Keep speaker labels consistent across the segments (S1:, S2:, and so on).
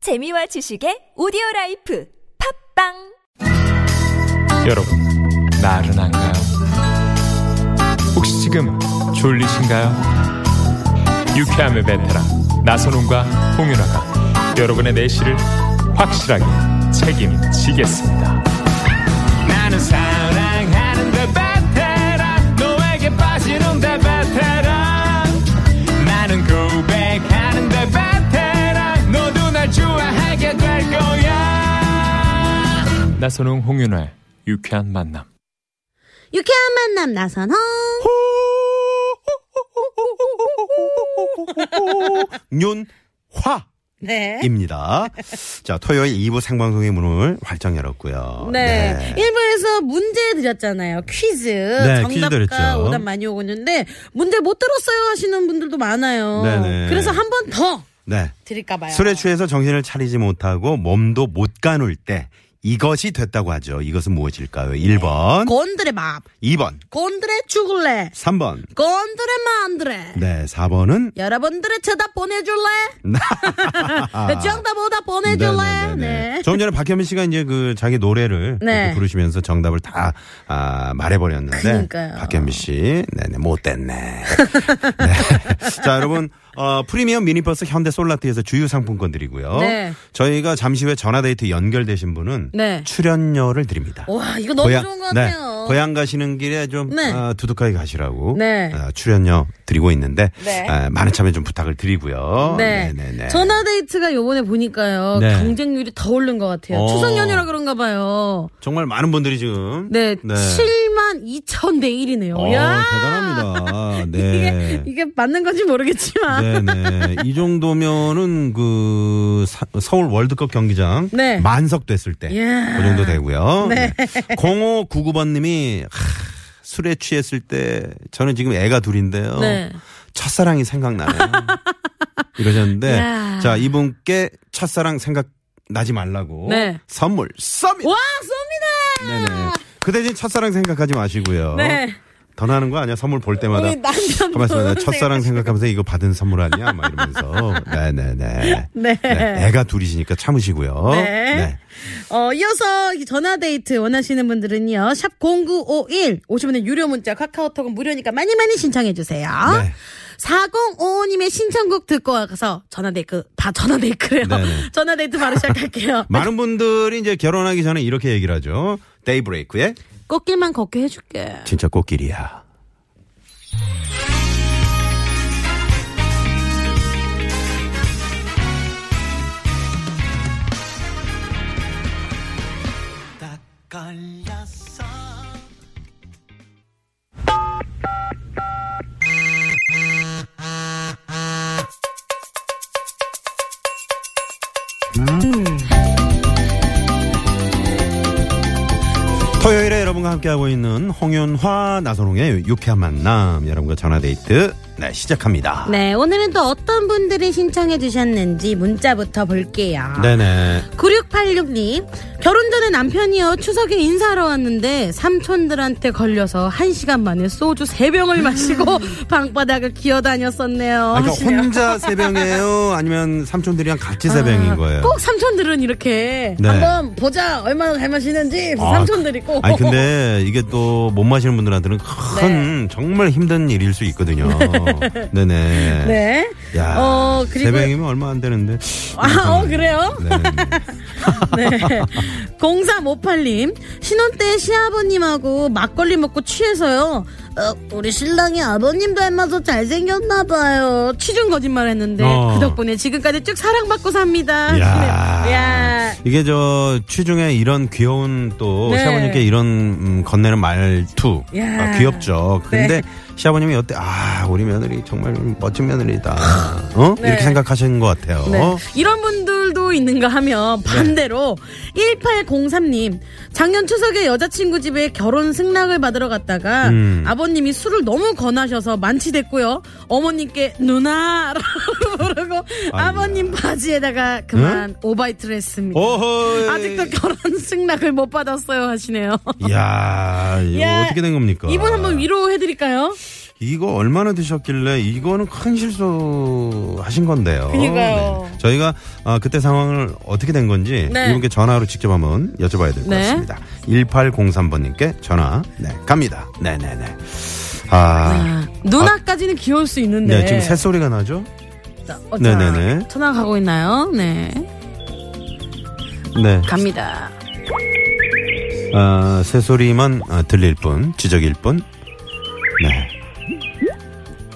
S1: 재미와 지식의 오디오 라이프 팝빵
S2: 여러분, 나른한가요? 혹시 지금 졸리신가요? 유쾌함의 베테랑 나선홍과 홍윤아가 여러분의 내실을 확실하게 책임지겠습니다. 나는 사랑하는데 그 베테랑 너에게 빠지는데 베테랑 나는 고백하는데 그 베테랑 너도 날 좋아하게 될 거야. 나선홍 홍윤아의 유쾌한 만남.
S3: 유쾌한 만남 나선홍.
S4: 윤화입니다.
S3: 네.
S4: 자, 토요일 2부 생방송의 문을 활짝 열었고요.
S3: 네.
S4: 네.
S3: 일부에서 문제 드렸잖아요. 퀴즈.
S4: 퀴즈
S3: 정답과
S4: 드렸죠.
S3: 오답 많이 오고 있는데 문제 못 들었어요 하시는 분들도 많아요.
S4: 네네.
S3: 그래서 한 번 더
S4: 네.
S3: 드릴까 봐요.
S4: 술에 취해서 정신을 차리지 못하고 몸도 못 가눌 때 이것이 됐다고 하죠. 이것은 무엇일까요? 1번,
S3: 건드레 밥.
S4: 2번,
S3: 건드레 죽을래.
S4: 3번.
S3: 건드레 만드레.
S4: 네, 4번은
S3: 여러분들의 쳐답 보내줄래? 정답 오답
S4: 네,
S3: 보내줄래? 네.
S4: 조금 전에 박현민 씨가 이제 그 자기 노래를
S3: 네.
S4: 이렇게 부르시면서 정답을 다 아, 말해버렸는데.
S3: 그러니까요.
S4: 박현민 씨, 네네, 못됐네. 네. 자, 여러분, 어, 프리미엄 미니버스 현대 솔라트에서 주유 상품권 드리고요.
S3: 네.
S4: 저희가 잠시 후에 전화데이트 연결되신 분은
S3: 네.
S4: 출연료를 드립니다.
S3: 와, 이거 너무 좋은 것
S4: 네,
S3: 같아요.
S4: 고향 가시는 길에 좀
S3: 네.
S4: 아, 두둑하게 가시라고
S3: 네.
S4: 아, 출연료 드리고 있는데
S3: 네.
S4: 아, 많은 참여 좀 부탁을 드리고요.
S3: 네.
S4: 어, 네네네.
S3: 전화데이트가 요번에 보니까요.
S4: 네.
S3: 경쟁률이 더 오른 것 같아요.
S4: 어.
S3: 추석 연휴라 그런가 봐요.
S4: 정말 많은 분들이 지금
S3: 네. 7만 2천 대 1이네요.
S4: 어,
S3: 야
S4: 대단합니다.
S3: 이게,
S4: 네.
S3: 이게 맞는 건지 모르겠지만.
S4: 네네. 이 정도면은 그 사- 서울 월드컵 경기장
S3: 네.
S4: 만석 됐을 때 그
S3: 예.
S4: 정도 되고요. 네. 0599번님이 술에 취했을 때 저는 지금 애가 둘인데요.
S3: 네.
S4: 첫사랑이 생각나네요. 이러셨는데
S3: 야.
S4: 자 이분께 첫사랑 생각 나지 말라고
S3: 네.
S4: 선물 쏩니다.
S3: 와, 쏩니다!
S4: 네네. 그 대신 첫사랑 생각하지 마시고요.
S3: 네.
S4: 더 나는 거 아니야? 선물 볼 때마다.
S3: 우리 남편분 네.
S4: 가만있어. 첫사랑 생각하면서 이거 받은 선물 아니야? 막 이러면서. 네네네.
S3: 네.
S4: 애가 둘이시니까 참으시고요.
S3: 네. 어, 이어서 이 전화데이트 원하시는 분들은요. 샵0951 50원의 유료 문자 카카오톡은 무료니까 많이 많이 신청해주세요.
S4: 네.
S3: 4055님의 신청곡 듣고 와서 전화데이트, 다 전화데이트래요.
S4: 네네.
S3: 전화데이트 바로 시작할게요.
S4: 많은 분들이 이제 결혼하기 전에 이렇게 얘기를 하죠. 데이브레이크에
S3: 꽃길만 걷게 해줄게.
S4: 진짜 꽃길이야. 토요일에 여러분과 함께하고 있는 홍윤화 나선홍의 유쾌한 만남 여러분과 전화데이트 네 시작합니다.
S3: 네, 오늘은 또 어떤 분들이 신청해 주셨는지 문자부터 볼게요.
S4: 네네.
S3: 9686님, 결혼 전에 남편이요, 추석에 인사하러 왔는데, 삼촌들한테 걸려서 한시간 만에 소주 세병을 마시고, 방바닥을 기어 다녔었네요.
S4: 아, 그러니까 혼자 새벽이에요? 아니면 삼촌들이랑 같이 새벽인 거예요?
S3: 꼭 삼촌들은 이렇게
S4: 네.
S3: 한번 보자 얼마나 잘 마시는지
S4: 아,
S3: 삼촌들이 꼭
S4: 아니 근데 이게 또 못 마시는 분들한테는 큰
S3: 네.
S4: 정말 힘든 일일 수 있거든요. 네네.
S3: 네.
S4: 야,
S3: 어, 그리고-
S4: 새벽이면 얼마 안 되는데.
S3: 아, 어, 그래요?
S4: 네.
S3: 네. 0358님, 신혼 때 시아버님하고 막걸리 먹고 취해서요. 어, 우리 신랑이 아버님 닮아서 잘생겼나봐요. 취중 거짓말 했는데,
S4: 어.
S3: 그 덕분에 지금까지 쭉 사랑받고 삽니다.
S4: 야.
S3: 네. 야.
S4: 이게 저 취중에 이런 귀여운 또
S3: 네.
S4: 시아버님께 이런 음, 건네는 말투
S3: 야. 네.
S4: 아, 귀엽죠. 근데 시아버님이 여태 아 우리 며느리 정말 멋진 며느리다. 어
S3: 네.
S4: 이렇게 생각하시는 것 같아요.
S3: 네. 이런 분들도 있는가 하면
S4: 네.
S3: 반대로 1803님 작년 추석에 여자친구 집에 결혼 승낙을 받으러 갔다가
S4: 음.
S3: 아버님이 술을 너무 권하셔서 만취됐고요 어머님께 누나라고 부르고 아버님 바지에다가 그만 오바이트를 했습니다
S4: 어, 오호.
S3: 아직도 결혼 승낙을 못 받았어요 하시네요
S4: 이야, 이거
S3: 야,
S4: 어떻게 된 겁니까?
S3: 이분 한번 위로해드릴까요?
S4: 이거 얼마나 드셨길래 이거는 큰 실수 하신 건데요.
S3: 그러니까요.
S4: 네. 저희가 아, 그때 상황을 어떻게 된 건지
S3: 네.
S4: 이분께 전화로 직접 한번 여쭤봐야 될 것
S3: 네.
S4: 같습니다. 1803번님께 전화 네, 갑니다. 네네네. 아,
S3: 아, 누나까지는 귀여울 수 있는데.
S4: 네, 지금 새소리가 나죠?
S3: 어, 자,
S4: 네네네.
S3: 전화 가고 있나요? 네.
S4: 네.
S3: 갑니다.
S4: 아, 새소리만 아, 들릴 뿐, 지적일 뿐. 네.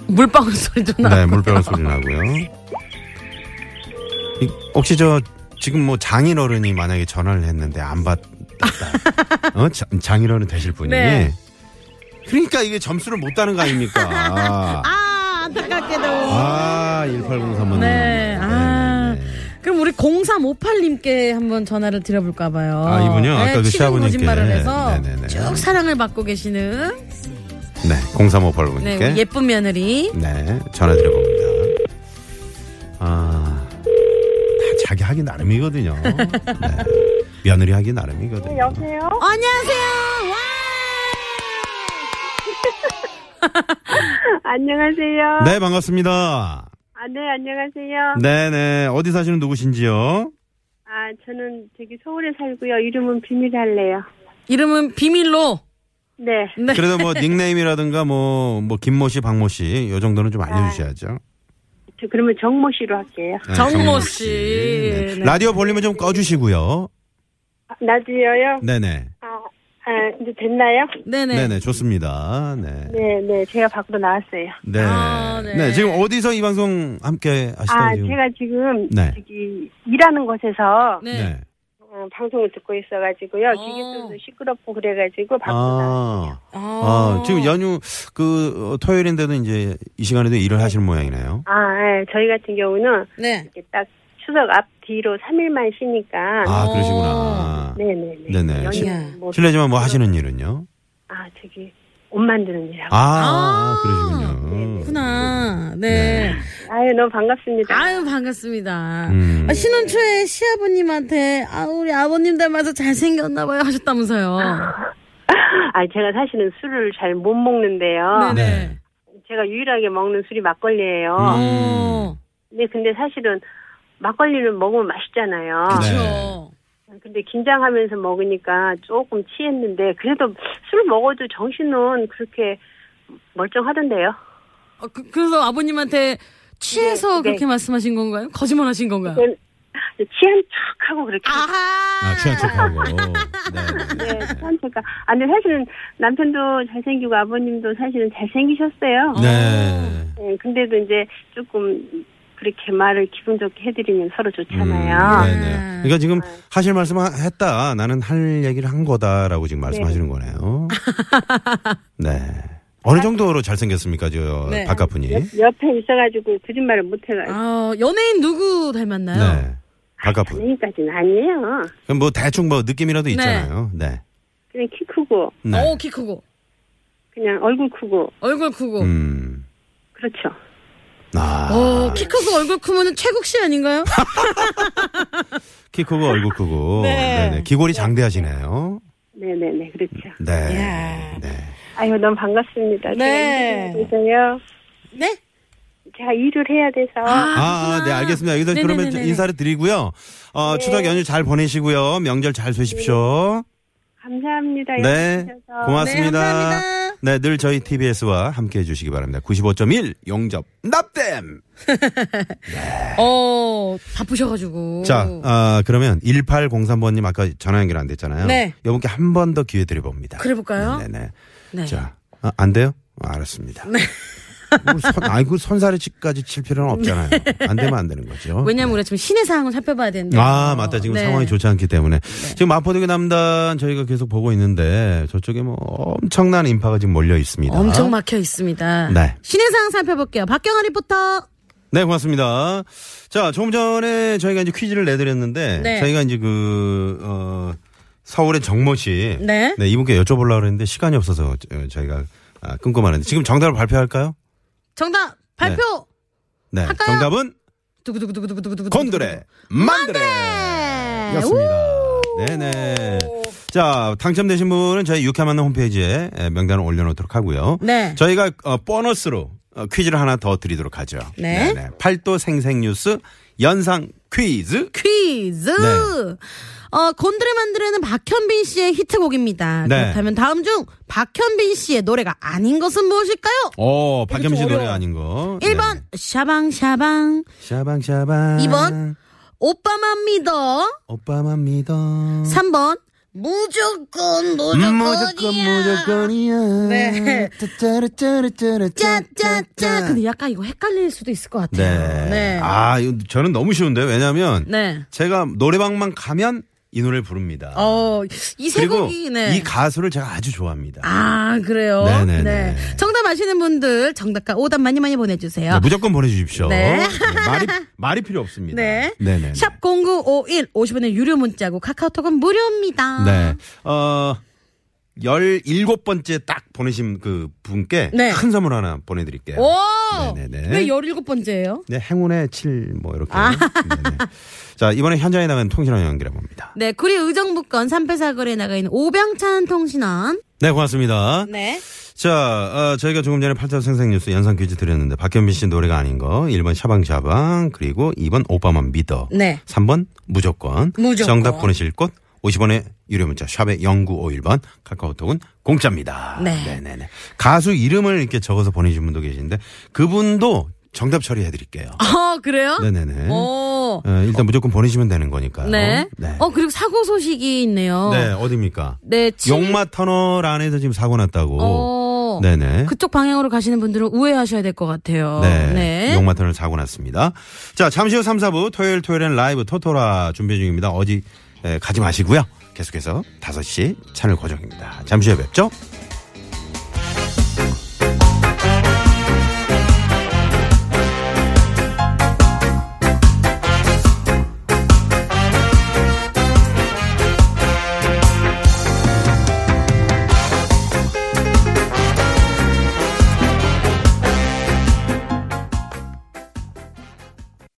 S3: 물방울 소리도 나.
S4: 네, 물병 소리 나고요. 이- 혹시 저 지금 뭐 장인어른이 만약에 전화를 했는데 안 받았다. 어? 자- 장인어른 되실 분이.
S3: 네.
S4: 그러니까 이게 점수를 못 따는 거 아닙니까?
S3: 아, 안타깝게도.
S4: 아, 1803번.
S3: 네. 아.
S4: 네, 네.
S3: 그럼 우리 0358님께 한번 전화를 드려볼까봐요.
S4: 아, 이분요? 아까 그
S3: 치는
S4: 시아버님께.
S3: 거짓말을 해서
S4: 네네네.
S3: 쭉 사랑을 받고 계시는
S4: 네, 0358
S3: 네,
S4: 분께.
S3: 우리 예쁜 며느리.
S4: 네, 전화 드려봅니다. 아, 다 자기 하기 나름이거든요. 네. 며느리 하기 나름이거든요.
S5: 네, 여보세요?
S3: 어, 안녕하세요. 와!
S5: 안녕하세요.
S4: 네, 반갑습니다.
S5: 아, 네, 안녕하세요.
S4: 네네. 어디 사시는 누구신지요?
S5: 아, 저는 저기 서울에 살고요. 이름은 비밀할래요.
S3: 이름은 비밀로.
S5: 네.
S3: 네.
S4: 그래도 뭐 닉네임이라든가 뭐, 뭐, 김모 씨, 박모 씨, 요 정도는 좀 알려주셔야죠.
S5: 저 그러면 정모 씨로 할게요.
S4: 네,
S3: 정모
S4: 정모
S3: 씨. 네.
S4: 라디오 볼륨을 좀 꺼주시고요.
S5: 아, 나도요.
S4: 네네.
S5: 아, 아, 이제 됐나요?
S3: 네네.
S4: 네. 네 좋습니다. 네.
S5: 네, 네. 제가 밖으로 나왔어요.
S4: 네.
S3: 아,
S4: 네.
S3: 네.
S4: 지금 어디서 이 방송 함께 하시다니?
S5: 아, 제가 지금
S4: 네.
S5: 저기 일하는 곳에서
S3: 네.
S4: 네.
S5: 어, 방송을 듣고 있어가지고요. 기계소도 시끄럽고 그래가지고 밖으로 나왔어요.
S4: 아, 아, 지금 연휴 그 어, 토요일인데도 이제 이 시간에도 일을 하시는 모양이네요.
S5: 아, 예. 저희 같은 경우는
S3: 네.
S5: 이렇게 딱 추석 앞 뒤로 3일만 쉬니까.
S4: 아,
S3: 어.
S4: 그러시구나.
S5: 네네네.
S4: 네네.
S3: 야.
S5: 연휴 뭐
S4: 실례지만 뭐 하시는 일은요?
S5: 아, 저기 옷 만드는 일하고.
S4: 아, 아, 그러시군요.
S3: 그렇구나. 네.
S5: 아유, 너무 반갑습니다.
S3: 아유, 반갑습니다.
S4: 음.
S3: 아, 신혼 초에 시아버님한테, 아, 우리 아버님 닮아서 잘생겼나봐요 하셨다면서요.
S5: 아, 제가 사실은 술을 잘 못 먹는데요.
S4: 네.
S5: 제가 유일하게 먹는 술이 막걸리예요.
S4: 음.
S3: 어,
S5: 네, 근데 사실은 막걸리는 먹으면 맛있잖아요.
S4: 네.
S3: 그쵸.
S5: 근데 긴장하면서 먹으니까 조금 취했는데 그래도 술 먹어도 정신은 그렇게 멀쩡하던데요.
S3: 어, 그, 그래서 아버님한테 취해서
S5: 네, 네.
S3: 그렇게 말씀하신 건가요? 거짓말 하신 건가요?
S5: 그건 취한 척하고 그렇게
S3: 아하!
S4: 아, 취한 척하고. 네.
S5: 네, 취한 척. 아, 근데 사실은 남편도 잘생기고 아버님도 사실은 잘생기셨어요.
S4: 네. 네.
S5: 예, 근데도 이제 조금 그렇게 말을 기분 좋게 해드리면 서로
S4: 음,
S5: 어. 좋잖아요.
S4: 네네. 그러니까 지금 하실 말씀 하- 했다. 나는 할 얘기를 한 거다라고 지금 말씀하시는 거네요. 네. 어느 정도로 잘생겼습니까, 저
S3: 네.
S4: 박가분이? 네.
S5: 옆에 있어가지고 거짓말을 못해가지고.
S3: 아, 연예인 누구 닮았나요?
S4: 네, 박가분.
S5: 연예인까지는 아니에요.
S4: 그럼 뭐 대충 뭐 느낌이라도 있잖아요. 네.
S5: 그냥 키 크고,
S4: 네.
S3: 어, 키 크고,
S5: 그냥 얼굴 크고,
S3: 얼굴 크고.
S4: 음.
S5: 그렇죠.
S4: 아.
S3: 어, 키 크고 얼굴 크면 최국 씨 아닌가요?
S4: 키 크고 얼굴 크고.
S3: 네.
S4: 네네. 기골이 장대하시네요.
S5: 네네네, 그렇죠.
S4: 네.
S3: 이야.
S4: 네.
S5: 아유, 너무 반갑습니다.
S3: 네.
S5: 그래서요.
S3: 네?
S5: 제가 일을 해야 돼서.
S4: 아, 아, 네, 알겠습니다. 여기서
S3: 네네네네. 네.
S4: 그러면 인사를 드리고요. 어, 추석 연휴 잘 보내시고요. 명절 잘 쏘십시오.
S5: 감사합니다.
S4: 네.
S5: 연락주셔서.
S3: 네,
S4: 고맙습니다.
S3: 감사합니다.
S4: 네, 늘 저희 TBS와 함께 해주시기 바랍니다. 95.1 용접 납땜!
S3: 어, 바쁘셔가지고.
S4: 자, 아, 그러면 1803번님 아까 전화 연결 안 됐잖아요.
S3: 네.
S4: 여분께 한 번 더 기회 드려봅니다.
S3: 그래볼까요?
S4: 네네.
S3: 네.
S4: 자, 아, 안 돼요? 아, 알았습니다. 뭐 선, 아니, 그 선사리치까지 칠 필요는 없잖아요. 안 되면 안 되는 거죠.
S3: 네. 왜냐면 우리가 지금 신의 상황을 살펴봐야 되는데.
S4: 아, 맞다. 지금
S3: 네.
S4: 상황이 좋지 않기 때문에. 지금 마포대교 남단 저희가 계속 보고 있는데 저쪽에 뭐 엄청난 인파가 지금 몰려 있습니다.
S3: 엄청 막혀 있습니다.
S4: 아. 네.
S3: 신의 상황 살펴볼게요. 박경아 리포터.
S4: 네, 고맙습니다. 자, 조금 전에 저희가 이제 퀴즈를 내드렸는데
S3: 네.
S4: 저희가 이제 그, 어, 서울의 정모 씨.
S3: 네.
S4: 이분께 여쭤보려고 했는데 시간이 없어서 저- 저희가 아, 끊고 말았는데 지금 정답을 발표할까요?
S3: 정답 발표.
S4: 네.
S3: 할까요?
S4: 정답은
S3: 두구두구두구두구두구. 네.
S4: 곤드레 만드레. 였습니다. 네네. 자, 당첨되신 분은 저희 유쾌 만남 홈페이지에 에, 명단을 올려놓도록 하고요.
S3: 네.
S4: 저희가 어, 보너스로 어, 퀴즈를 하나 더 드리도록 하죠.
S3: 네.
S4: 팔도 생생뉴스 연상 퀴즈.
S3: 퀴즈.
S4: 네.
S3: 어, 곤드레 만드레는 박현빈 씨의 히트곡입니다.
S4: 네.
S3: 그렇다면 다음 중 박현빈 씨의 노래가 아닌 것은 무엇일까요?
S4: 오, 박겸신
S3: 어려워.
S4: 노래 아닌 거.
S3: 1번 샤방샤방
S4: 네. 샤방샤방.
S3: 이 번. 오빠만 믿어
S4: 오빠만 믿어.
S3: 3번 무조건 무조건이야
S4: 무조건 무조건이야.
S3: 네.
S4: 짜짜라짜라짜라
S3: 짜짜짜 근데 약간 이거 헷갈릴 수도 있을 것 같아요
S4: 네. 아, 이거 저는 너무 쉬운데 왜냐면
S3: 네.
S4: 제가 노래방만 가면 이 노래를 부릅니다.
S3: 어, 이 세
S4: 그리고
S3: 곡이 네.
S4: 이 가수를 제가 아주 좋아합니다.
S3: 아, 그래요?
S4: 네네네.
S3: 네. 정답 아시는 분들 정답과 오답 많이 많이 보내주세요.
S4: 네, 무조건 보내주십시오.
S3: 네.
S4: 네, 말이 말이 필요 없습니다.
S3: 네.
S4: 네네.
S3: 샵 0951, 50원의 유료 문자고 카카오톡은 무료입니다.
S4: 네. 어. 17번째 딱 보내신 그 분께
S3: 네.
S4: 큰 선물 하나 보내드릴게요.
S3: 오!
S4: 네네네.
S3: 왜 17번째예요? 아.
S4: 네, 행운의 7, 뭐, 이렇게. 네네. 자, 이번에 현장에 나간 통신원 연결해 봅니다.
S3: 네, 구리 의정부권 삼패사거리에 나가 있는 오병찬 통신원.
S4: 네, 고맙습니다.
S3: 네.
S4: 자, 어, 저희가 조금 전에 팔자 생생 뉴스 연상 퀴즈 드렸는데 박현빈 씨 노래가 아닌 거 1번 샤방샤방 그리고 2번 오빠만 믿어.
S3: 네.
S4: 3번 무조건.
S3: 무조건.
S4: 정답 보내실 곳 50원의 유료 문자 샵의 0951번 카카오톡은 공짜입니다.
S3: 네.
S4: 네네 가수 이름을 이렇게 적어서 보내주신 분도 계신데 그분도 정답 처리해 드릴게요.
S3: 어, 그래요?
S4: 네네네.
S3: 오.
S4: 어, 일단 무조건 보내시면 되는 거니까요.
S3: 네.
S4: 네.
S3: 어, 그리고 사고 소식이 있네요.
S4: 네, 어딥니까?
S3: 네, 친-
S4: 용마 터널 안에서 지금 사고 났다고.
S3: 어.
S4: 네네.
S3: 그쪽 방향으로 가시는 분들은 우회하셔야 될 것 같아요.
S4: 네. 용마턴을 사고 났습니다. 자, 잠시 후 3, 4부 토요일 토요일엔 라이브 토토라 준비 중입니다. 어디 에, 가지 마시고요. 계속해서 5시 채널 고정입니다. 잠시 후에 뵙죠.